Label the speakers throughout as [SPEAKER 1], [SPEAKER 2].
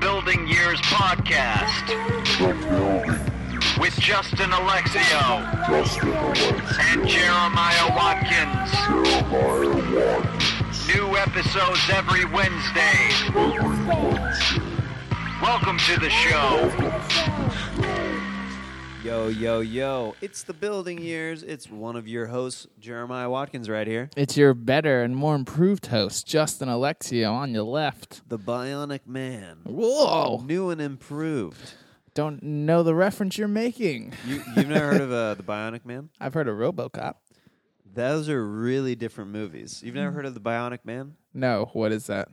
[SPEAKER 1] Building Years podcast with Justin Alexio and Jeremiah Watkins. New episodes every Wednesday. Welcome to the show.
[SPEAKER 2] Yo, yo, yo. It's the building years. It's one of your hosts, Jeremiah Watkins, right here.
[SPEAKER 3] It's your better and more improved host, Justin Alexio, on your left.
[SPEAKER 2] The Bionic Man.
[SPEAKER 3] Whoa!
[SPEAKER 2] New and improved.
[SPEAKER 3] Don't know the reference you're making.
[SPEAKER 2] You, you've never heard of uh, The Bionic Man?
[SPEAKER 3] I've heard of RoboCop.
[SPEAKER 2] Those are really different movies. You've never heard of The Bionic Man?
[SPEAKER 3] No, what is that?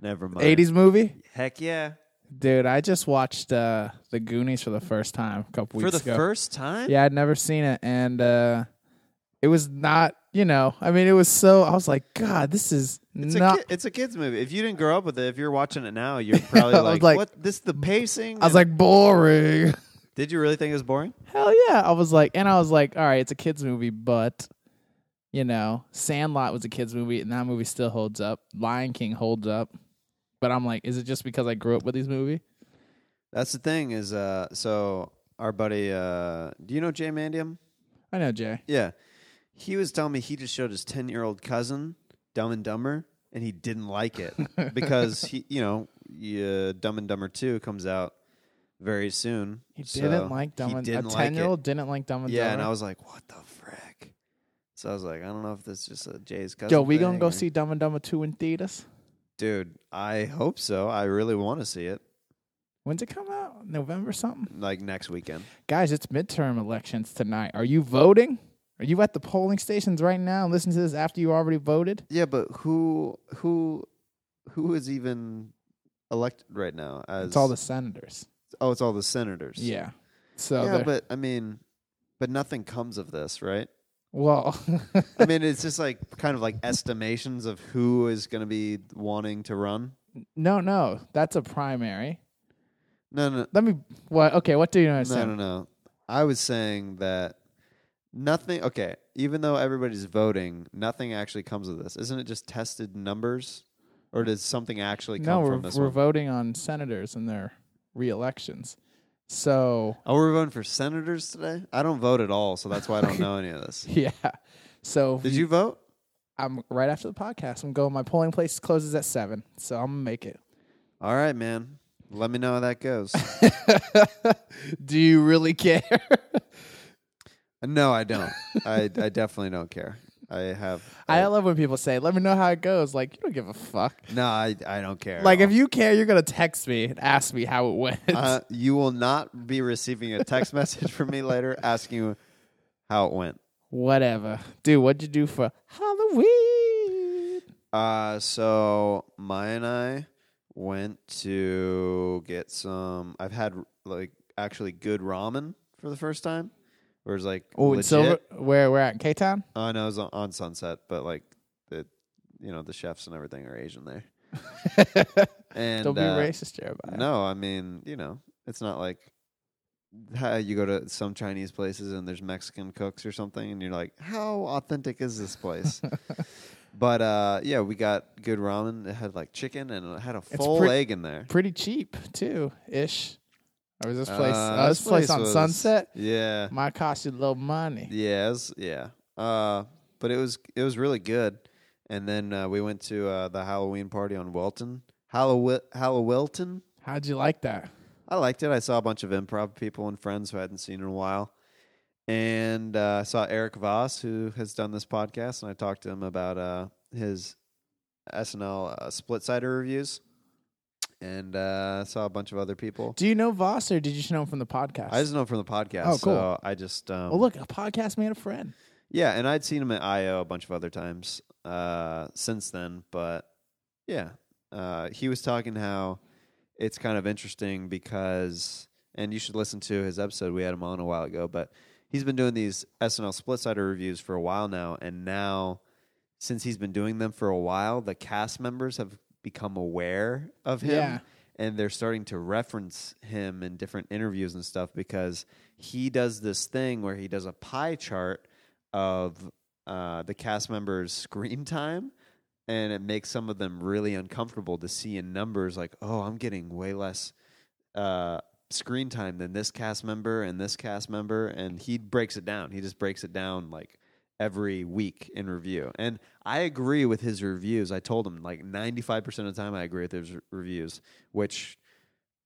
[SPEAKER 2] Never mind.
[SPEAKER 3] 80s movie?
[SPEAKER 2] Heck yeah.
[SPEAKER 3] Dude, I just watched uh, The Goonies for the first time a couple
[SPEAKER 2] For
[SPEAKER 3] weeks
[SPEAKER 2] the
[SPEAKER 3] ago.
[SPEAKER 2] first time?
[SPEAKER 3] Yeah, I'd never seen it, and uh, it was not. You know, I mean, it was so. I was like, God, this is
[SPEAKER 2] It's,
[SPEAKER 3] not.
[SPEAKER 2] a kid, it's a kid's movie. If you didn't grow up with it, if you're watching it now, you're probably
[SPEAKER 3] I was
[SPEAKER 2] like,
[SPEAKER 3] like-
[SPEAKER 2] what? This the pacing?
[SPEAKER 3] I was like, boring.
[SPEAKER 2] Did you really think it was boring?
[SPEAKER 3] Hell yeah. I was like, and I was like, all right, it's a kids movie, but you know, Sandlot was a kids movie, and that movie still holds up. Lion King holds up. But I'm like, is it just because I grew up with these movies?
[SPEAKER 2] That's the thing is, uh, so our buddy, uh, do you know Jay Mandium?
[SPEAKER 3] I know, Jay.
[SPEAKER 2] Yeah. He was telling me he just showed his 10 year old cousin Dumb and Dumber and he didn't like it because he, you know, yeah, Dumb and Dumber 2 comes out very soon.
[SPEAKER 3] He
[SPEAKER 2] So
[SPEAKER 3] didn't like Dumb
[SPEAKER 2] he
[SPEAKER 3] and
[SPEAKER 2] didn't
[SPEAKER 3] A
[SPEAKER 2] like it.
[SPEAKER 3] ten year old didn't like Dumb and
[SPEAKER 2] Yeah,
[SPEAKER 3] Dumber.
[SPEAKER 2] and I was like, what the frick? So I was like, I don't know if this is just a Jay's cousin.
[SPEAKER 3] Yo, we gonna
[SPEAKER 2] thing
[SPEAKER 3] go
[SPEAKER 2] or-
[SPEAKER 3] see Dumb and Dumber two in theaters?
[SPEAKER 2] Dude, I hope so. I really want to see it
[SPEAKER 3] When's it come out? November something?
[SPEAKER 2] like next weekend.
[SPEAKER 3] Guys, it's midterm elections tonight. Are you voting? Are you at the polling stations right now? Listen to this after you already voted.
[SPEAKER 2] Yeah, but who who who is even elected right now? As
[SPEAKER 3] It's all the senators.
[SPEAKER 2] oh, it's all the senators.
[SPEAKER 3] Yeah. So
[SPEAKER 2] yeah,
[SPEAKER 3] they're-
[SPEAKER 2] but I mean, but nothing comes of this, right?
[SPEAKER 3] well,
[SPEAKER 2] I mean, it's just like kind of like estimations of who is going to be wanting to run.
[SPEAKER 3] No, no, that's a primary.
[SPEAKER 2] No, no,
[SPEAKER 3] Let me. What? Okay, what do you
[SPEAKER 2] no, no,
[SPEAKER 3] understand?
[SPEAKER 2] no, no. I was saying that nothing. Okay, even though everybody's voting, nothing actually comes of this. Isn't it just tested numbers, or does something actually come
[SPEAKER 3] we're
[SPEAKER 2] from this
[SPEAKER 3] we're
[SPEAKER 2] one?
[SPEAKER 3] voting on senators and their re-elections. So
[SPEAKER 2] oh, we're voting for senators today. I don't vote at all, so that's why I don't know any of this.
[SPEAKER 3] yeah, so
[SPEAKER 2] Did you vote?
[SPEAKER 3] I'm right after the podcast. I'm going. My polling place closes at seven, so I'm gonna make it.
[SPEAKER 2] All right, man. Let me know how that goes.
[SPEAKER 3] do you really care?
[SPEAKER 2] No, I don't. I I definitely don't care. I have.
[SPEAKER 3] I love when people say, "Let me know how it goes." Like you don't give a fuck.
[SPEAKER 2] no, I I don't care. at
[SPEAKER 3] Like
[SPEAKER 2] all.
[SPEAKER 3] if you care, you're gonna text me and ask me how it went.
[SPEAKER 2] uh, you will not be receiving a text message from me later asking you how it went.
[SPEAKER 3] Whatever, dude. What'd you do for Halloween?
[SPEAKER 2] Uh, so Maya and I went to get some. I've had like actually good ramen for the first time. Where it's like
[SPEAKER 3] Oh, in
[SPEAKER 2] legit.
[SPEAKER 3] Silver, where we're at in K Town.
[SPEAKER 2] Oh no, it was on, on Sunset, but like the you know the chefs and everything are Asian there. And
[SPEAKER 3] Don't be
[SPEAKER 2] uh,
[SPEAKER 3] racist, Jeremiah.
[SPEAKER 2] No, I mean, you know, it's not like how you go to some Chinese places and there's Mexican cooks or something, and you're like, how authentic is this place? but uh, yeah, we got good ramen. It had like chicken and it had a full
[SPEAKER 3] pretty-
[SPEAKER 2] egg in there.
[SPEAKER 3] Pretty cheap too, ish. Or was this place?
[SPEAKER 2] Uh,
[SPEAKER 3] Uh, this, place, on
[SPEAKER 2] was-
[SPEAKER 3] Sunset
[SPEAKER 2] Yeah,
[SPEAKER 3] might cost you a little money.
[SPEAKER 2] yeah, it was- yeah. Uh, but it was it was really good. And then uh, we went to uh, the Halloween party on Welton. Hallow Hallowilton.
[SPEAKER 3] How'd you like that?
[SPEAKER 2] I liked it. I saw a bunch of improv people and friends who I hadn't seen in a while. And uh, I saw Eric Voss, who has done this podcast, and I talked to him about uh, his SNL uh, split sider reviews. And uh, I saw a bunch of other people.
[SPEAKER 3] Do you know Voss or did you just know him from the podcast?
[SPEAKER 2] I just know him from the podcast.
[SPEAKER 3] Oh, cool.
[SPEAKER 2] So I just. Um,
[SPEAKER 3] well, look, a podcast made a friend.
[SPEAKER 2] Yeah, and I'd seen him at I.O. a bunch of other times uh, since then. But yeah, uh, he was talking how it's kind of interesting because, and you should listen to his episode. We had him on a while ago, but he's been doing these SNL split sider reviews for a while now. And now, since he's been doing them for a while, the cast members have become aware of him.
[SPEAKER 3] Yeah.
[SPEAKER 2] And they're starting to reference him in different interviews and stuff because he does this thing where he does a pie chart of uh, the cast members' screen time and it makes some of them really uncomfortable to see in numbers like, oh, I'm getting way less uh, screen time than this cast member and this cast member, and he breaks it down. He just breaks it down like every week in review, and I agree with his reviews. I told him like 95 percent of the time I agree with his re- reviews, which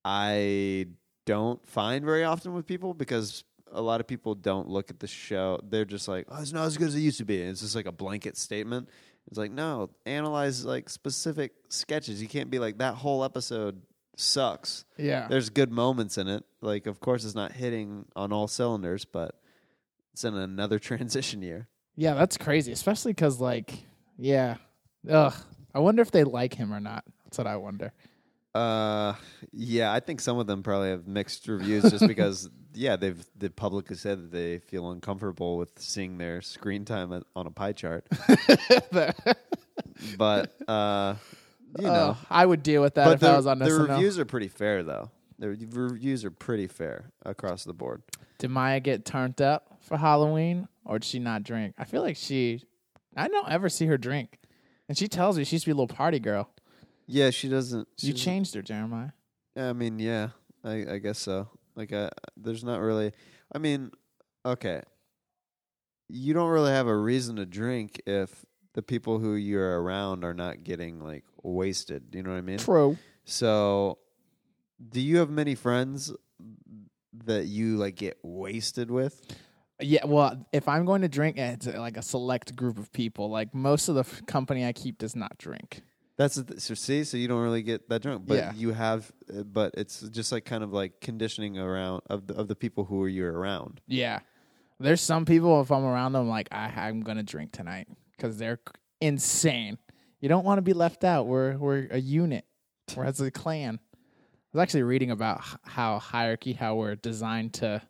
[SPEAKER 2] I don't find very often with people because a lot of people don't look at the show. They're just like, oh, it's not as good as it used to be. And it's just like a blanket statement. It's like, no, analyze like specific sketches. You can't be like that whole episode sucks.
[SPEAKER 3] Yeah.
[SPEAKER 2] There's good moments in it. Like, of course, it's not hitting on all cylinders, but it's in another transition year.
[SPEAKER 3] Yeah, that's crazy, especially because, like, yeah. Ugh. I wonder if they like him or not. That's what I wonder.
[SPEAKER 2] Uh, yeah, I think some of them probably have mixed reviews just because, yeah, they've the public has said that they feel uncomfortable with seeing their screen time at- on a pie chart. But uh, you know,
[SPEAKER 3] Ugh, I would deal with Oh, that
[SPEAKER 2] but
[SPEAKER 3] if
[SPEAKER 2] the,
[SPEAKER 3] I was on
[SPEAKER 2] the
[SPEAKER 3] SNL.
[SPEAKER 2] reviews are pretty fair though. The re- reviews are pretty fair across the board.
[SPEAKER 3] Did Maya get turned up for Halloween or did she not drink? I feel like she, I don't ever see her drink. And she tells me she used to be a little party girl.
[SPEAKER 2] Yeah, she doesn't. She
[SPEAKER 3] you
[SPEAKER 2] doesn't-
[SPEAKER 3] changed her, Jeremiah.
[SPEAKER 2] I mean, yeah, I, I guess so. Like, uh, there's not really. I mean, okay. You don't really have a reason to drink if the people who you're around are not getting like wasted. You know what I mean?
[SPEAKER 3] True.
[SPEAKER 2] So, do you have many friends that you like get wasted with?
[SPEAKER 3] Yeah, well, if I'm going to drink, it's uh, like a select group of people. Like most of the f- company I keep does not drink.
[SPEAKER 2] That's the th- so see, so you don't really get that drunk, but
[SPEAKER 3] Yeah.
[SPEAKER 2] you have, uh, but it's just like kind of like conditioning around of the, of the people who are you're around.
[SPEAKER 3] Yeah. There's some people, if I'm around them, like, I, I'm going to drink tonight because they're c- insane. You don't want to be left out. We're, we're a unit, we're as a clan. I was actually reading about h- how hierarchy, how we're designed to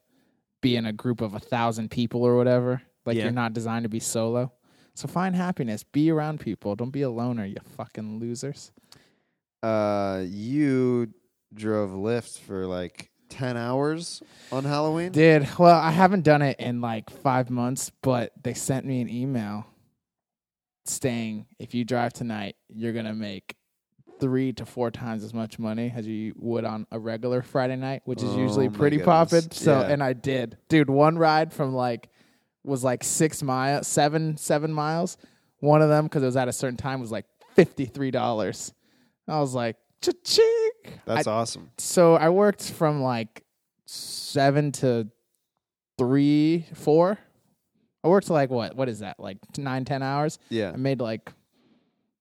[SPEAKER 3] be in a group of a thousand people or whatever. Like,
[SPEAKER 2] Yeah.
[SPEAKER 3] you're not designed to be solo. So find happiness, be around people. Don't be a loner, you fucking losers.
[SPEAKER 2] uh, you drove Lyft for like 10 hours on Halloween?
[SPEAKER 3] Dude, well, I haven't done it in like five months, but they sent me an email saying if you drive tonight, you're gonna make three to four times as much money as you would on a regular Friday night, which is
[SPEAKER 2] Oh
[SPEAKER 3] usually
[SPEAKER 2] my
[SPEAKER 3] pretty
[SPEAKER 2] goodness.
[SPEAKER 3] poppin'. So,
[SPEAKER 2] Yeah.
[SPEAKER 3] and I did, dude. One ride from like was like six miles, seven seven miles. One of them because it was at a certain time was like fifty three dollars. I was like, cha ching.
[SPEAKER 2] That's awesome.
[SPEAKER 3] so I worked from like seven to three, four. I worked like what? What is that? Like nine, ten hours.
[SPEAKER 2] Yeah.
[SPEAKER 3] I made like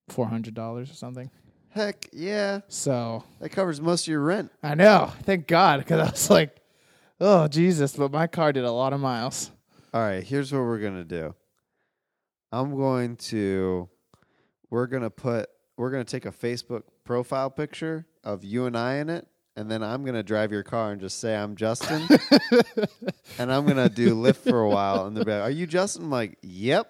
[SPEAKER 3] four hundred dollars or something.
[SPEAKER 2] Heck yeah.
[SPEAKER 3] So
[SPEAKER 2] That covers most of your rent.
[SPEAKER 3] I know. Thank God, because I was like, oh Jesus! But my car did a lot of miles.
[SPEAKER 2] All right, here's what we're going to do I'm going to, we're going to put, we're going to take a Facebook profile picture of you and I in it. And then I'm gonna drive your car and just say I'm Justin, and I'm gonna do Lyft for a while. And they'll be like, "Are you Justin?" I'm like, "Yep."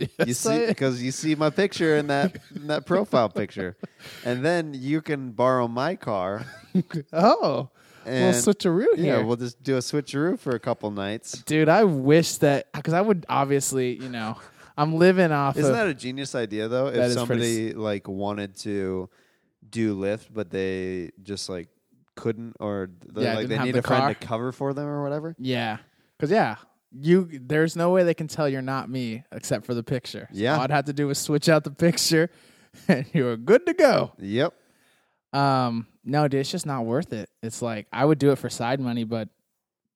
[SPEAKER 2] you
[SPEAKER 3] yes,
[SPEAKER 2] see
[SPEAKER 3] I-
[SPEAKER 2] because you see my picture in that in that profile picture and then you can borrow my car
[SPEAKER 3] oh, we'll
[SPEAKER 2] and
[SPEAKER 3] switch a route
[SPEAKER 2] yeah
[SPEAKER 3] here.
[SPEAKER 2] we'll just do a switcheroo for a couple nights
[SPEAKER 3] Dude, I wish that because I would obviously, you know, I'm living off.
[SPEAKER 2] isn't
[SPEAKER 3] of,
[SPEAKER 2] that a genius idea though
[SPEAKER 3] That
[SPEAKER 2] if
[SPEAKER 3] is pretty
[SPEAKER 2] somebody like wanted to do lyft but they just like couldn't or they,
[SPEAKER 3] Yeah,
[SPEAKER 2] like
[SPEAKER 3] didn't
[SPEAKER 2] they
[SPEAKER 3] have
[SPEAKER 2] need
[SPEAKER 3] the
[SPEAKER 2] a friend
[SPEAKER 3] car.
[SPEAKER 2] to cover for them or whatever
[SPEAKER 3] Yeah, because yeah, you there's no way they can tell you're not me except for the picture. So
[SPEAKER 2] Yeah.
[SPEAKER 3] all I'd have to do was switch out the picture, and you were good to go.
[SPEAKER 2] yep
[SPEAKER 3] Um, no, dude, it's just not worth it. It's like I would do it for side money, but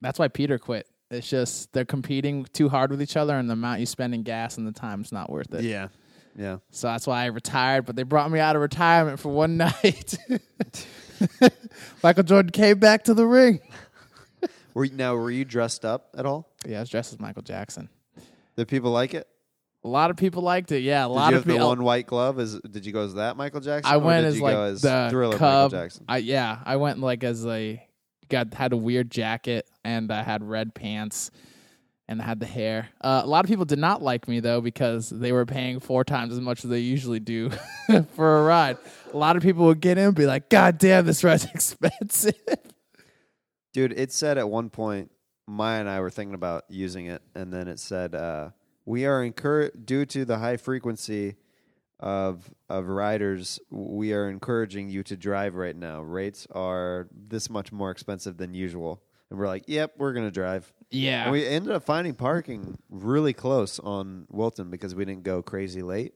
[SPEAKER 3] that's why Peter quit. It's just they're competing too hard with each other, and the amount you spend in gas and the time's not worth it.
[SPEAKER 2] yeah yeah
[SPEAKER 3] So that's why I retired. But they brought me out of retirement for one night. Michael Jordan came back to the ring.
[SPEAKER 2] were you, now were you dressed up at all
[SPEAKER 3] Yeah, I was dressed as Michael Jackson.
[SPEAKER 2] did people like it
[SPEAKER 3] A lot of people liked it. Yeah, a
[SPEAKER 2] did
[SPEAKER 3] lot
[SPEAKER 2] you
[SPEAKER 3] of
[SPEAKER 2] have the
[SPEAKER 3] people.
[SPEAKER 2] one white glove? Is did you go as that Michael Jackson?
[SPEAKER 3] I
[SPEAKER 2] or
[SPEAKER 3] went
[SPEAKER 2] did
[SPEAKER 3] as
[SPEAKER 2] you
[SPEAKER 3] like
[SPEAKER 2] go as
[SPEAKER 3] the
[SPEAKER 2] Thriller
[SPEAKER 3] Cub.
[SPEAKER 2] Michael Jackson.
[SPEAKER 3] I yeah, I went like as a got had a weird jacket and I had red pants and I had the hair. Uh, a lot of people did not like me though because they were paying four times as much as they usually do for a ride. A lot of people would get in and be like, "God damn, this ride's expensive."
[SPEAKER 2] Dude, it said at one point, Maya and I were thinking about using it, and then it said, uh, "We are encouraged due to the high frequency of of riders, we are encouraging you to drive right now. Rates are this much more expensive than usual, and we're like, "Yep, we're gonna drive."
[SPEAKER 3] Yeah.
[SPEAKER 2] And we ended up finding parking really close on Wilton because we didn't go crazy late.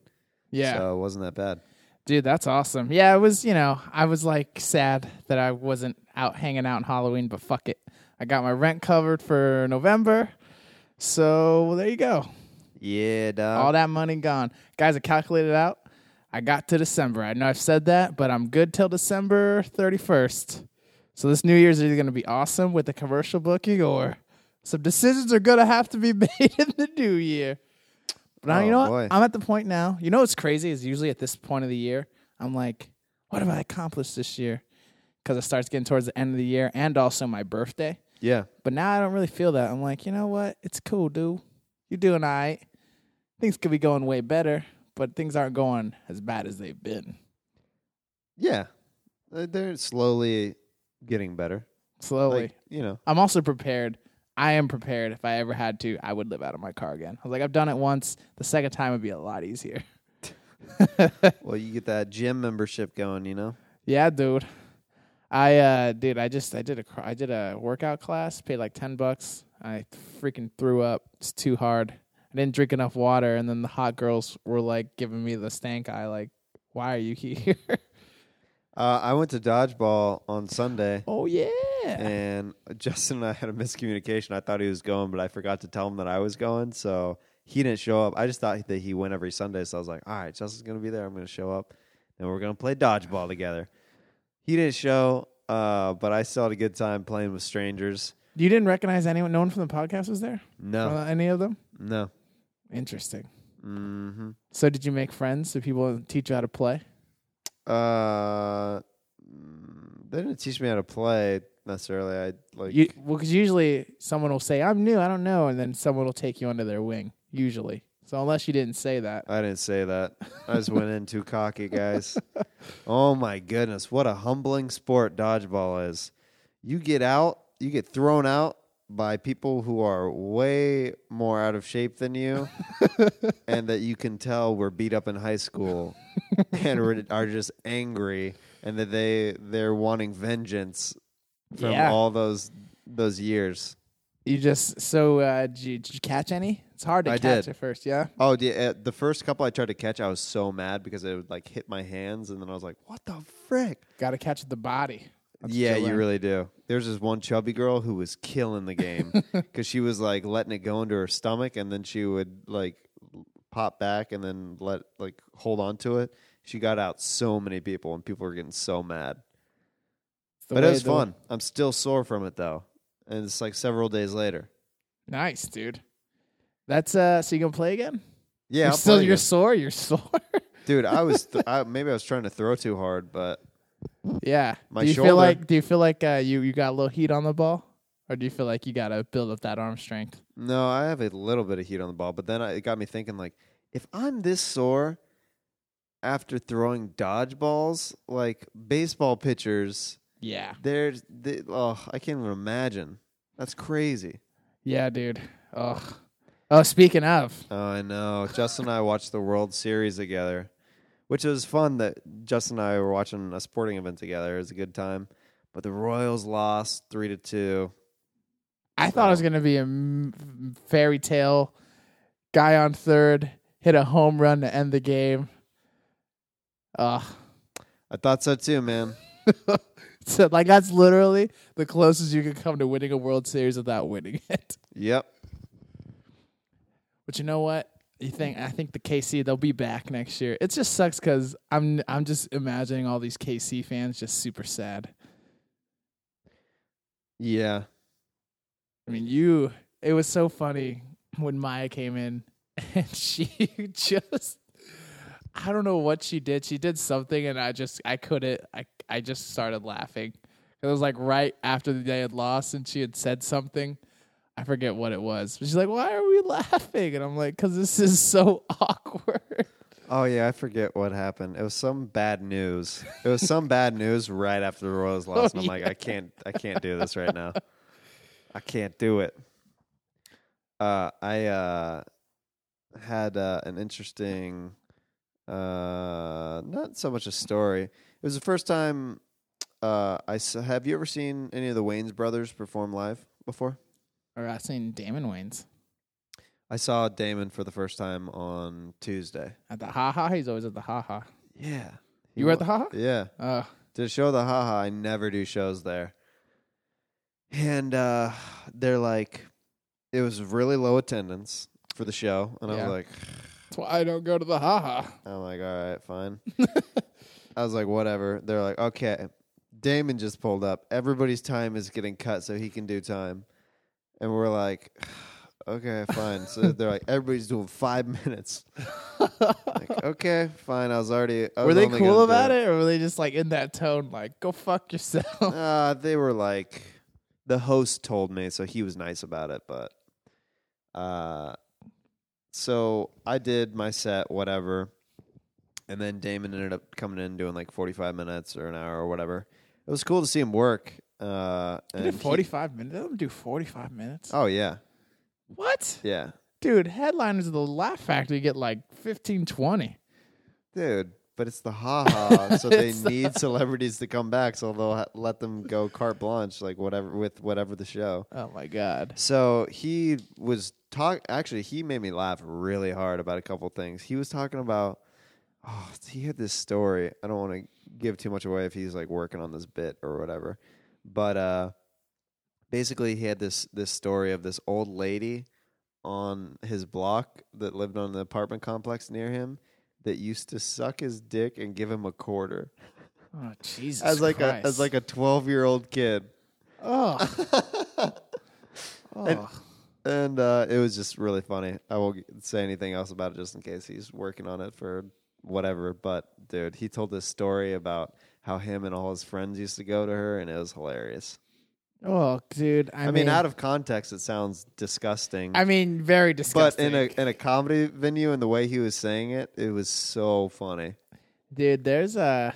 [SPEAKER 3] yeah.
[SPEAKER 2] so it wasn't that bad.
[SPEAKER 3] Dude, that's awesome. Yeah, it was, you know, I was like sad that I wasn't out hanging out on Halloween, but fuck it. I got my rent covered for November. So there you go.
[SPEAKER 2] Yeah, dog.
[SPEAKER 3] All that money gone. Guys, I calculated it out. I got to December. I know I've said that, but I'm good till December 31st. So this New Year's is either going to be awesome with the commercial booking or some decisions are going to have to be made in the new year. But now,
[SPEAKER 2] Oh,
[SPEAKER 3] you know
[SPEAKER 2] boy.
[SPEAKER 3] what? I'm at the point now. You know what's crazy is usually at this point of the year, I'm like, what have I accomplished this year? Because it starts getting towards the end of the year and also my birthday.
[SPEAKER 2] yeah,
[SPEAKER 3] But now I don't really feel that. I'm like, you know what? It's cool, dude. You're doing all right. Things could be going way better, but things aren't going as bad as they've been.
[SPEAKER 2] yeah. Uh, They're slowly getting better.
[SPEAKER 3] Slowly.
[SPEAKER 2] Like you know,
[SPEAKER 3] I'm also prepared. I am prepared. If I ever had to, I would live out of my car again. I was like, I've done it once. The second time would be a lot easier.
[SPEAKER 2] well, you get that gym membership going. You know,
[SPEAKER 3] Yeah, dude. I uh dude, I just I did a cr- I did a workout class, paid like 10 bucks. I freaking threw up. It's too hard. I didn't drink enough water and then the hot girls were like giving me the stank eye like, "Why are you here?"
[SPEAKER 2] uh, I went to dodgeball on Sunday.
[SPEAKER 3] oh yeah.
[SPEAKER 2] and Justin and I had a miscommunication. I thought he was going, but I forgot to tell him that I was going, so he didn't show up. I just thought that he went every Sunday, so I was like, "All right, Justin's gonna be there. I'm gonna show up, and we're gonna play dodgeball together." He didn't show, uh, but I still had a good time playing with strangers.
[SPEAKER 3] You didn't recognize anyone no one from the podcast was there?
[SPEAKER 2] No,
[SPEAKER 3] Uh, any of them?
[SPEAKER 2] no.
[SPEAKER 3] Interesting.
[SPEAKER 2] Mm-hmm.
[SPEAKER 3] So did you make friends? Did people teach you how to play?
[SPEAKER 2] Uh, mm, they didn't teach me how to play necessarily. I like
[SPEAKER 3] You, well, because usually someone will say, "I'm new, I don't know," and then someone will take you under their wing. Usually, so unless you didn't say that,
[SPEAKER 2] I didn't say that. I just went in too cocky, guys. Oh my goodness, what a humbling sport dodgeball is. You get out, you get thrown out by people who are way more out of shape than you and that you can tell were beat up in high school and were- are just angry and that they they're wanting vengeance from
[SPEAKER 3] Yeah.
[SPEAKER 2] all those those years.
[SPEAKER 3] You just so uh, did, you, did you catch any? It's hard to
[SPEAKER 2] I
[SPEAKER 3] catch
[SPEAKER 2] did.
[SPEAKER 3] at first, yeah.
[SPEAKER 2] Oh, the, uh, the first couple I tried to catch, I was so mad because it would like hit my hands, and then I was like, "What the frick?"
[SPEAKER 3] Got to catch the body. That's what
[SPEAKER 2] yeah, you
[SPEAKER 3] learn.
[SPEAKER 2] really do. There's this one chubby girl who was killing the game because she was like letting it go into her stomach, and then she would like pop back and then let like hold on to it. She got out so many people, and people were getting so mad.
[SPEAKER 3] It's the
[SPEAKER 2] but it
[SPEAKER 3] way
[SPEAKER 2] was
[SPEAKER 3] the-
[SPEAKER 2] fun. I'm still sore from it though, and it's like several days later.
[SPEAKER 3] Nice, dude. That's uh. So you gonna play again?
[SPEAKER 2] Yeah,
[SPEAKER 3] You're
[SPEAKER 2] I'll
[SPEAKER 3] still
[SPEAKER 2] play
[SPEAKER 3] you're
[SPEAKER 2] again.
[SPEAKER 3] sore. You're sore.
[SPEAKER 2] dude. I was th- I, maybe I was trying to throw too hard, but
[SPEAKER 3] yeah.
[SPEAKER 2] My
[SPEAKER 3] do you
[SPEAKER 2] shoulder.
[SPEAKER 3] feel like do you feel like uh you you got a little heat on the ball, or do you feel like you got to build up that arm strength?
[SPEAKER 2] No, I have a little bit of heat on the ball, but then I, it got me thinking like, if I'm this sore after throwing dodgeballs, like baseball pitchers,
[SPEAKER 3] Yeah.
[SPEAKER 2] there's they, oh, I can't even imagine. That's crazy.
[SPEAKER 3] Yeah, dude. Ugh. Oh, speaking of,
[SPEAKER 2] Oh, I know. Justin and I watched the World Series together, which was fun. That Justin and I were watching a sporting event together. It was a good time. But the Royals lost three to two.
[SPEAKER 3] I thought it was going to be a m- fairy tale. Guy on third hit a home run to end the game. Ugh.
[SPEAKER 2] I thought so too, man.
[SPEAKER 3] So, like, that's literally the closest you could come to winning a World Series without winning it.
[SPEAKER 2] Yep.
[SPEAKER 3] But you know what? You think I think the KC they'll be back next year. It just sucks because I'm I'm just imagining all these KC fans just super sad.
[SPEAKER 2] Yeah.
[SPEAKER 3] I mean, you. It was so funny when Maya came in and she just. I don't know what she did. She did something, and I just I couldn't. I I just started laughing. It was like right after the day had lost, and she had said something. I forget what it was. But she's like, "Why are we laughing?" And I'm like, "Cause this is so awkward."
[SPEAKER 2] Oh yeah, I forget what happened. It was some bad news. It was some bad news right after the
[SPEAKER 3] Oh,
[SPEAKER 2] Royals lost. and I'm like, I can't, I can't do this right now. I can't do it. Uh, I uh, had uh, an interesting Uh, not so much a story. It was the first time. Uh, I s- have you ever seen any of the Wayne's brothers perform live before?
[SPEAKER 3] Or I seen Damon Wayans
[SPEAKER 2] I saw Damon for the first time on Tuesday.
[SPEAKER 3] at the Ha Ha. He's always at the Ha Ha.
[SPEAKER 2] Yeah,
[SPEAKER 3] You were at the Ha Ha?
[SPEAKER 2] Yeah,
[SPEAKER 3] Uh,
[SPEAKER 2] to show the haha. I never do shows there, and uh, they're like, it was really low attendance for the show, and I
[SPEAKER 3] Yeah.
[SPEAKER 2] was like,
[SPEAKER 3] that's why I don't go to the Ha Ha.
[SPEAKER 2] I'm like, all right, fine. I was like, whatever. They're like, okay, Damon just pulled up. Everybody's time is getting cut so he can do time. And we're like, okay, fine. So they're like, everybody's doing five minutes. like, okay, fine. I was already. I
[SPEAKER 3] Were
[SPEAKER 2] was
[SPEAKER 3] they
[SPEAKER 2] only
[SPEAKER 3] cool
[SPEAKER 2] gonna do
[SPEAKER 3] about it, or were they just like in that tone, like "go fuck yourself"?
[SPEAKER 2] Uh, they were like, the host told me, so he was nice about it. But, uh, so I did my set, whatever, and then Damon ended up coming in doing like forty-five minutes or an hour or whatever. It was cool to see him work. Uh,
[SPEAKER 3] They
[SPEAKER 2] and
[SPEAKER 3] did
[SPEAKER 2] he-
[SPEAKER 3] forty-five minutes. Let them do forty-five minutes.
[SPEAKER 2] oh yeah,
[SPEAKER 3] What,
[SPEAKER 2] yeah,
[SPEAKER 3] dude? Headliners of the Laugh Factory get like 15, 20.
[SPEAKER 2] dude. But it's the haha, so they
[SPEAKER 3] It's the-
[SPEAKER 2] need celebrities to come back. So they'll ha- let them go carte blanche, like whatever with whatever the show.
[SPEAKER 3] Oh my god.
[SPEAKER 2] So he was talk. Actually, he made me laugh really hard about a couple things. He was talking about. Oh, he had this story. I don't want to give too much away if he's like working on this bit or whatever, but uh, basically he had this this story of this old lady on his block that lived on the apartment complex near him that used to suck his dick and give him a quarter
[SPEAKER 3] Oh Jesus.
[SPEAKER 2] as like
[SPEAKER 3] Christ.
[SPEAKER 2] a as like a twelve year old kid.
[SPEAKER 3] oh. oh.
[SPEAKER 2] and uh, it was just really funny. I won't say anything else about it just in case he's working on it for whatever. But dude, he told this story about how him and all his friends used to go to her, and it was hilarious.
[SPEAKER 3] Oh, dude. I,
[SPEAKER 2] I, mean, out of context, it sounds disgusting.
[SPEAKER 3] I mean, very
[SPEAKER 2] but
[SPEAKER 3] disgusting.
[SPEAKER 2] in a in a comedy venue and the way he was saying it, it was so funny.
[SPEAKER 3] dude, there's a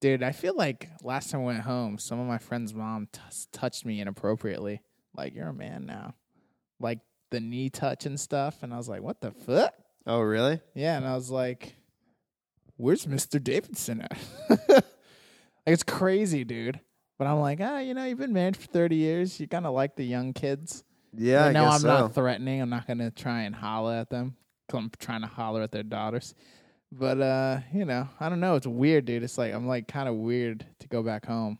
[SPEAKER 3] dude. I feel like last time I went home, some of my friend's mom t- touched me inappropriately. Like you're a man now, like the knee touch and stuff. And I was like, what the fuck?
[SPEAKER 2] Oh, really?
[SPEAKER 3] Yeah, and I was like, "Where's Mister Davidson at?" like it's crazy, dude. But I'm like, ah, you know, you've been married for 30 years. You kind of like the young kids.
[SPEAKER 2] Yeah, I
[SPEAKER 3] no,
[SPEAKER 2] guess
[SPEAKER 3] I'm
[SPEAKER 2] so.
[SPEAKER 3] not threatening. I'm not gonna try and holler at them. 'cause I'm trying to holler at their daughters. But uh, you know, I don't know. It's weird, dude. It's like I'm like kind of weird to go back home.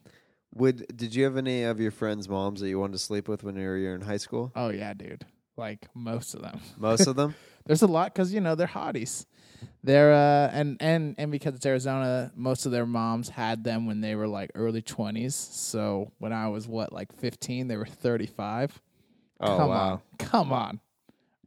[SPEAKER 2] Would did you have any of your friends' moms that you wanted to sleep with when you were in high school?
[SPEAKER 3] Oh yeah, dude. Like most of them.
[SPEAKER 2] Most of them.
[SPEAKER 3] There's a lot because you know they're hotties. They're uh, and and and because it's Arizona, most of their moms had them when they were like early twenties. So when I was what like fifteen, they were thirty five.
[SPEAKER 2] Oh
[SPEAKER 3] come
[SPEAKER 2] wow.
[SPEAKER 3] on, come on,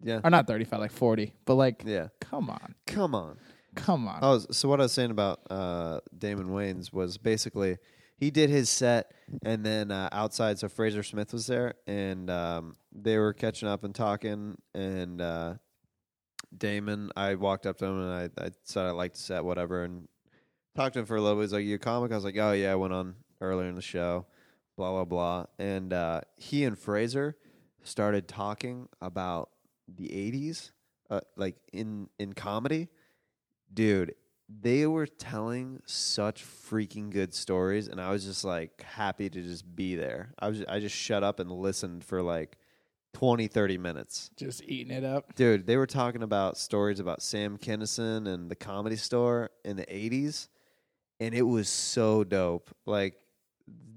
[SPEAKER 2] Yeah.
[SPEAKER 3] or not thirty five, like forty, but like
[SPEAKER 2] Yeah.
[SPEAKER 3] come on,
[SPEAKER 2] Come on.
[SPEAKER 3] come on.
[SPEAKER 2] Oh, so what I was saying about uh, Damon Wayans was basically he did his set, and then uh, outside, so Fraser Smith was there, and um, they were catching up and talking, and uh, Damon, I walked up to him and I, I said I liked the set, whatever, and talked to him for a little bit. He's like, "You a comic?" I was like, "Oh yeah, I went on earlier in the show." Blah blah blah, and uh, he and Fraser started talking about the '80s, uh, like in in comedy dude they were telling such freaking good stories and i was just like happy to just be there i was i just shut up and listened for like 20 30 minutes
[SPEAKER 3] Just eating it up.
[SPEAKER 2] dude they were talking about stories about sam Kinison and the comedy store in the 80s and it was so dope like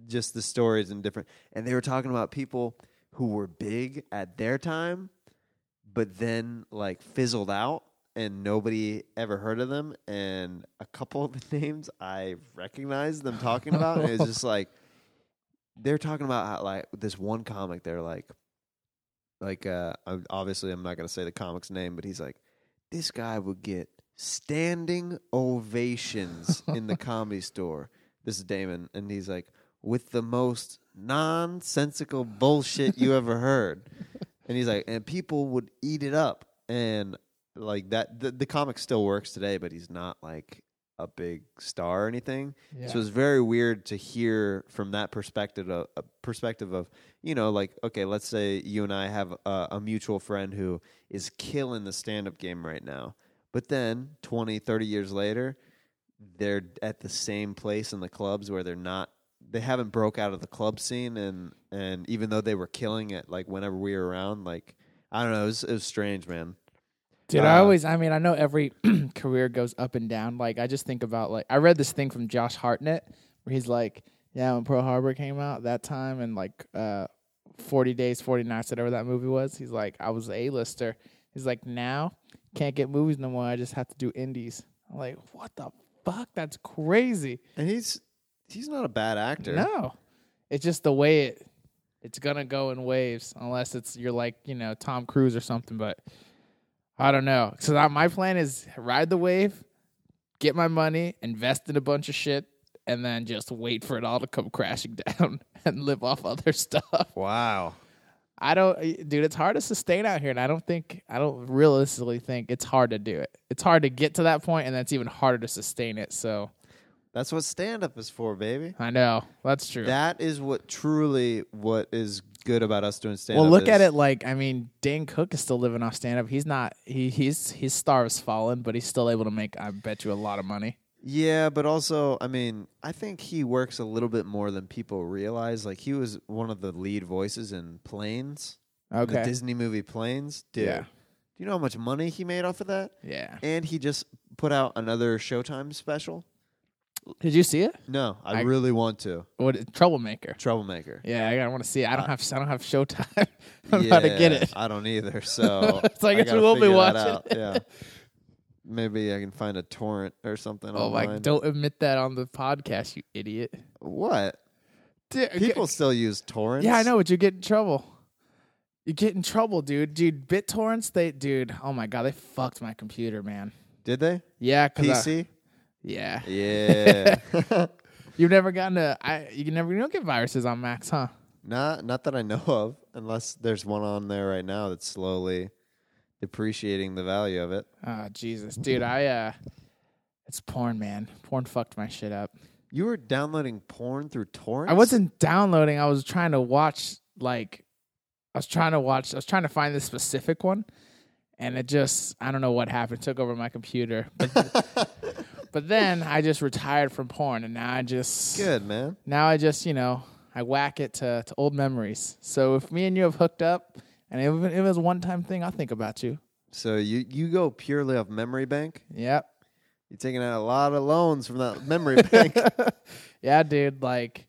[SPEAKER 2] just the stories and different and they were talking about people who were big at their time but then like fizzled out and nobody ever heard of them and a couple of the names i recognized them talking about and it was just like they're talking about how, like this one comic they're like like uh I'm, obviously i'm not going to say the comic's name but he's like this guy would get standing ovations in the comedy store this is damon and he's like with the most nonsensical bullshit you ever heard and he's like and people would eat it up and like that the, the comic still works today but he's not like a big star or anything
[SPEAKER 3] Yeah.
[SPEAKER 2] so it's very weird to hear from that perspective of, a perspective of you know like okay let's say you and I have a, a mutual friend who is killing the stand up game right now, But then 20, 30 years later, they're at the same place in the clubs where they're not they haven't broke out of the club scene and and even though they were killing it like whenever we were around like I don't know, it was, it was strange, man.
[SPEAKER 3] Dude, I
[SPEAKER 2] Uh,
[SPEAKER 3] always, I mean, I know every career goes up and down. Like, I just think about, like, I read this thing from Josh Hartnett where he's like, yeah, when Pearl Harbor came out that time and like uh, 40 Days, 40 Nights, whatever that movie was, he's like, I was A lister. He's like, now can't get movies no more. I just have to do indies. I'm like, what the fuck? That's crazy.
[SPEAKER 2] And he's he's not a bad actor.
[SPEAKER 3] No, it's just the way it. It's gonna go in waves unless it's you're like you know Tom Cruise or something. But I don't know. So that, my plan is ride the wave, get my money, invest in a bunch of shit, and then just wait for it all to come crashing down and live off other stuff.
[SPEAKER 2] Wow.
[SPEAKER 3] I don't, dude. It's hard to sustain out here, and I don't think I don't realistically think it's hard to do it. It's hard to get to that point, and that's even harder to sustain it. So
[SPEAKER 2] That's what stand up is for, baby.
[SPEAKER 3] I know that's true.
[SPEAKER 2] That is what truly what is good about us doing stand up.
[SPEAKER 3] Well, look at it like I mean, Dan Cook is still living off stand up. He's not he he's his star is fallen, but he's still able to make I bet you a lot of money.
[SPEAKER 2] Yeah, but also, I mean, I think he works a little bit more than people realize. Like he was one of the lead voices in Planes, the
[SPEAKER 3] Okay.
[SPEAKER 2] Disney movie Planes. Dude,
[SPEAKER 3] Yeah.
[SPEAKER 2] do you know how much money he made off of that?
[SPEAKER 3] Yeah.
[SPEAKER 2] And he just put out another Showtime special.
[SPEAKER 3] Did you see it?
[SPEAKER 2] No, I,
[SPEAKER 3] I-
[SPEAKER 2] really want to.
[SPEAKER 3] What troublemaker.
[SPEAKER 2] Troublemaker.
[SPEAKER 3] Yeah, I, want to see it. I don't have I don't have Showtime. I'm about to get
[SPEAKER 2] Uh, Yeah,
[SPEAKER 3] it.
[SPEAKER 2] I don't either. So
[SPEAKER 3] So I guess
[SPEAKER 2] gotta
[SPEAKER 3] we'll be
[SPEAKER 2] figure that
[SPEAKER 3] watching
[SPEAKER 2] out, Yeah. Maybe I can find a torrent or something.
[SPEAKER 3] Oh my
[SPEAKER 2] online.
[SPEAKER 3] don't admit that on the podcast, you idiot.
[SPEAKER 2] What?
[SPEAKER 3] Dude, okay.
[SPEAKER 2] People still use torrents.
[SPEAKER 3] Yeah, I know, but you get in trouble. You get in trouble, dude. Dude, BitTorrents, they dude, oh my god, they fucked my computer, man.
[SPEAKER 2] Did they?
[SPEAKER 3] Yeah, 'cause I-
[SPEAKER 2] PC?
[SPEAKER 3] yeah.
[SPEAKER 2] Yeah.
[SPEAKER 3] You've never gotten a I you never you don't get viruses on Macs, huh?
[SPEAKER 2] not not that I know of, unless there's one on there right now that's slowly depreciating the value of it.
[SPEAKER 3] Oh Jesus, dude, I uh it's porn, man. Porn fucked my shit up.
[SPEAKER 2] You were downloading porn through torrents?
[SPEAKER 3] I wasn't downloading, I was trying to watch like I was trying to watch I was trying to find this specific one and it just I don't know what happened, took over my computer. But, but then I just retired from porn and now I just
[SPEAKER 2] good, man.
[SPEAKER 3] now I just, you know, I whack it to, to old memories. So if me and you have hooked up and it, it was a one time thing, I'll think about you.
[SPEAKER 2] So you you go purely off memory bank.
[SPEAKER 3] Yep.
[SPEAKER 2] You're taking out a lot of loans from that memory bank.
[SPEAKER 3] Yeah, dude. Like,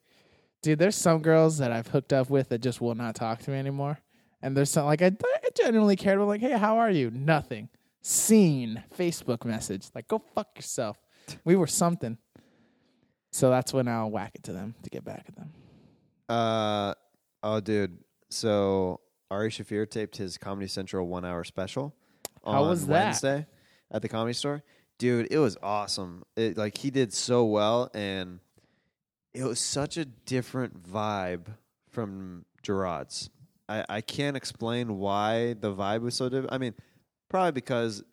[SPEAKER 3] dude, there's some girls that I've hooked up with that just will not talk to me anymore. And there's some like I, I genuinely cared. about like, hey, how are you? Nothing. Seen Facebook message. Like, go fuck yourself. We were something. So that's when I'll whack it to them to get back at them.
[SPEAKER 2] Uh oh, dude. So Ari Shafir taped his Comedy Central one hour special.
[SPEAKER 3] How
[SPEAKER 2] on
[SPEAKER 3] was that?
[SPEAKER 2] Wednesday at the Comedy Store, dude. It was awesome. It like he did so well, and it was such a different vibe from Gerard's. I I can't explain why the vibe was so different. I mean, probably because.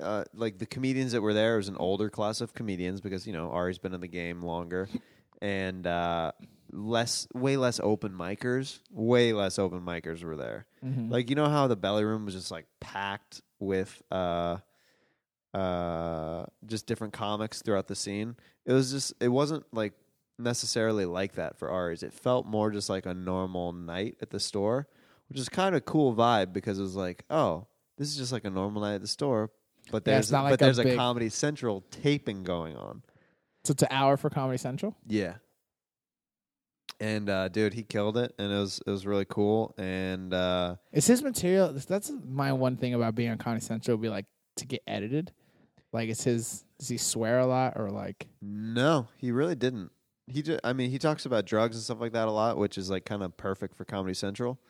[SPEAKER 2] Uh, like the comedians that were there it was an older class of comedians because you know Ari's been in the game longer, and uh, less way less open micers way less open micers were there like you know how the belly room was just like packed with uh uh just different comics throughout the scene it was just it wasn't like necessarily like that for ours it felt more just like a normal night at the store which is kind of cool vibe because it was like oh this is just like a normal night at the store but
[SPEAKER 3] Yeah, it's
[SPEAKER 2] there's
[SPEAKER 3] not like
[SPEAKER 2] but
[SPEAKER 3] a
[SPEAKER 2] there's a
[SPEAKER 3] big-
[SPEAKER 2] comedy central taping going on
[SPEAKER 3] So it's an hour for Comedy Central.
[SPEAKER 2] yeah. And uh, dude, he killed it, and it was it was really cool. And uh,
[SPEAKER 3] Is his material? That's my one thing about being on Comedy Central. Would be like to get edited. Like, is his? Does he swear a lot or like?
[SPEAKER 2] no, he really didn't. He just, I mean, he talks about drugs and stuff like that a lot, which is like kind of perfect for Comedy Central.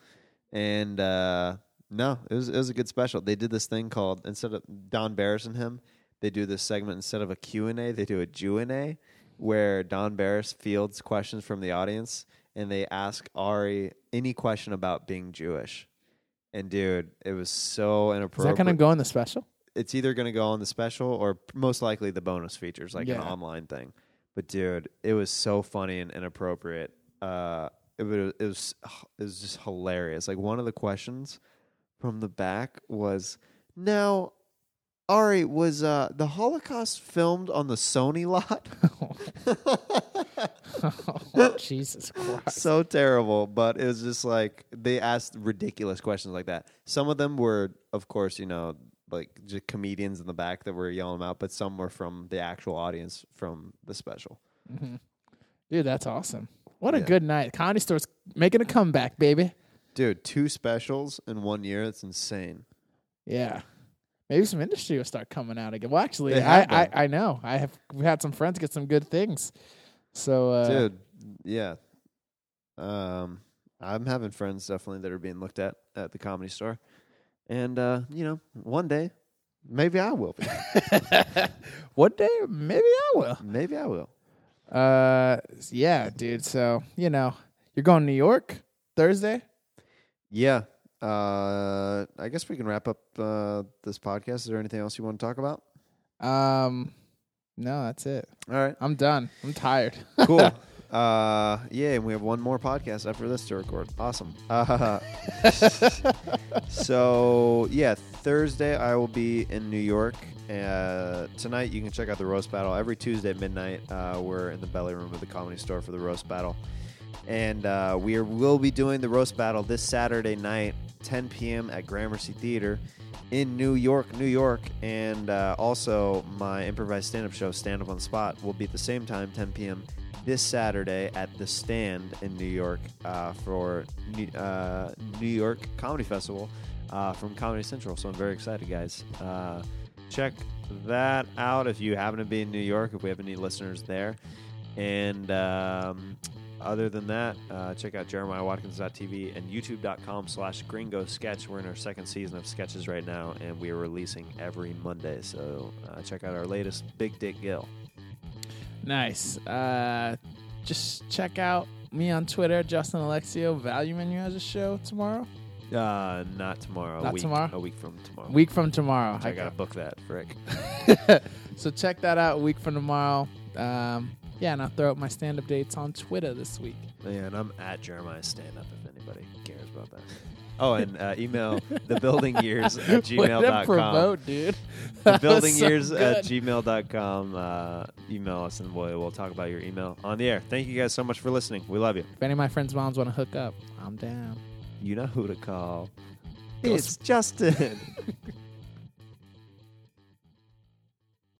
[SPEAKER 2] And uh, no, it was it was a good special. They did this thing called instead of Don Barris and him, they do this segment instead of a Q and A, they do a Jew and A, where Don Barris fields questions from the audience, and they ask Ari any question about being Jewish. And dude, it was so
[SPEAKER 3] Is
[SPEAKER 2] inappropriate.
[SPEAKER 3] that gonna go in the special?
[SPEAKER 2] it's either going to go on the special or p- most likely the bonus features, like an
[SPEAKER 3] Yeah.
[SPEAKER 2] online thing. But dude, it was so funny and inappropriate. Uh, it was it was it was just hilarious. Like one of the questions from the back was, "Now, Ari, was uh, the Holocaust filmed on the Sony lot?
[SPEAKER 3] oh, Jesus Christ.
[SPEAKER 2] so terrible, but it was just like they asked ridiculous questions like that. Some of them were, of course, you know, like just comedians in the back that were yelling them out, but some were from the actual audience from the special.
[SPEAKER 3] Dude, that's awesome. What a
[SPEAKER 2] Yeah.
[SPEAKER 3] good night. Comedy Store's making a comeback, baby.
[SPEAKER 2] Dude, two specials in one year. That's insane.
[SPEAKER 3] Yeah. Maybe some industry will start coming out again. Well, actually,
[SPEAKER 2] They
[SPEAKER 3] I,
[SPEAKER 2] have
[SPEAKER 3] I,
[SPEAKER 2] been.
[SPEAKER 3] I know. I have we had some friends get some good things. So uh,
[SPEAKER 2] Dude, yeah. Um, I'm having friends definitely that are being looked at at the comedy store. And, uh, you know, one day, maybe I will be.
[SPEAKER 3] one day maybe I will.
[SPEAKER 2] maybe I will.
[SPEAKER 3] Uh, yeah, dude. So you know, you're going to New York Thursday.
[SPEAKER 2] Yeah. Uh, I guess we can wrap up uh, this podcast. Is there anything else you want to talk about?
[SPEAKER 3] Um, no, that's it.
[SPEAKER 2] All right.
[SPEAKER 3] I'm done. I'm tired.
[SPEAKER 2] Cool. uh, yeah, and we have one more podcast after this to record. Awesome. Uh, so yeah, Thursday I will be in New York. Uh, tonight you can check out the roast battle every Tuesday at midnight. Uh, we're in the belly room of the Comedy Store for the roast battle, and uh, we are, will be doing the roast battle this Saturday night, 10 p.m. at Gramercy Theater in New York, New York, and uh, also my improvised stand-up show, Stand Up on the Spot, will be at the same time, 10 p.m. this Saturday at the Stand in New York uh, for New, uh, New York Comedy Festival uh, from Comedy Central. So I'm very excited, guys. Uh, check that out if you happen to be in New York. If we have any listeners there, and um, other than that, uh, check out jeremiahwatkins.tv and youtube.com slash gringo sketch. We're in our second season of sketches right now, and we are releasing every Monday. So uh, check out our latest, Big Dick Gill.
[SPEAKER 3] Nice. Uh, just check out me on Twitter, Justin Alexio. Value Menu has a show tomorrow.
[SPEAKER 2] Uh, not tomorrow. a
[SPEAKER 3] Not
[SPEAKER 2] week,
[SPEAKER 3] tomorrow?
[SPEAKER 2] A week from tomorrow.
[SPEAKER 3] Week from tomorrow.
[SPEAKER 2] I got to book that, frick.
[SPEAKER 3] so check that out. Week from tomorrow. Um, yeah, and I'll throw up my stand-up dates on Twitter this week.
[SPEAKER 2] Man, I'm at Jeremiah Stand Up if anybody cares about that. Oh, and uh, email thebuildingyears at
[SPEAKER 3] Way to
[SPEAKER 2] gmail.com.
[SPEAKER 3] promote, dude.
[SPEAKER 2] The
[SPEAKER 3] That was
[SPEAKER 2] building
[SPEAKER 3] so
[SPEAKER 2] years at
[SPEAKER 3] good.
[SPEAKER 2] gmail.com. Uh, email us and we'll, we'll talk about your email on the air. Thank you guys so much for listening. We love you.
[SPEAKER 3] If any of my friends' moms want to hook up, I'm down.
[SPEAKER 2] You know who to call.
[SPEAKER 3] It's
[SPEAKER 2] Justin.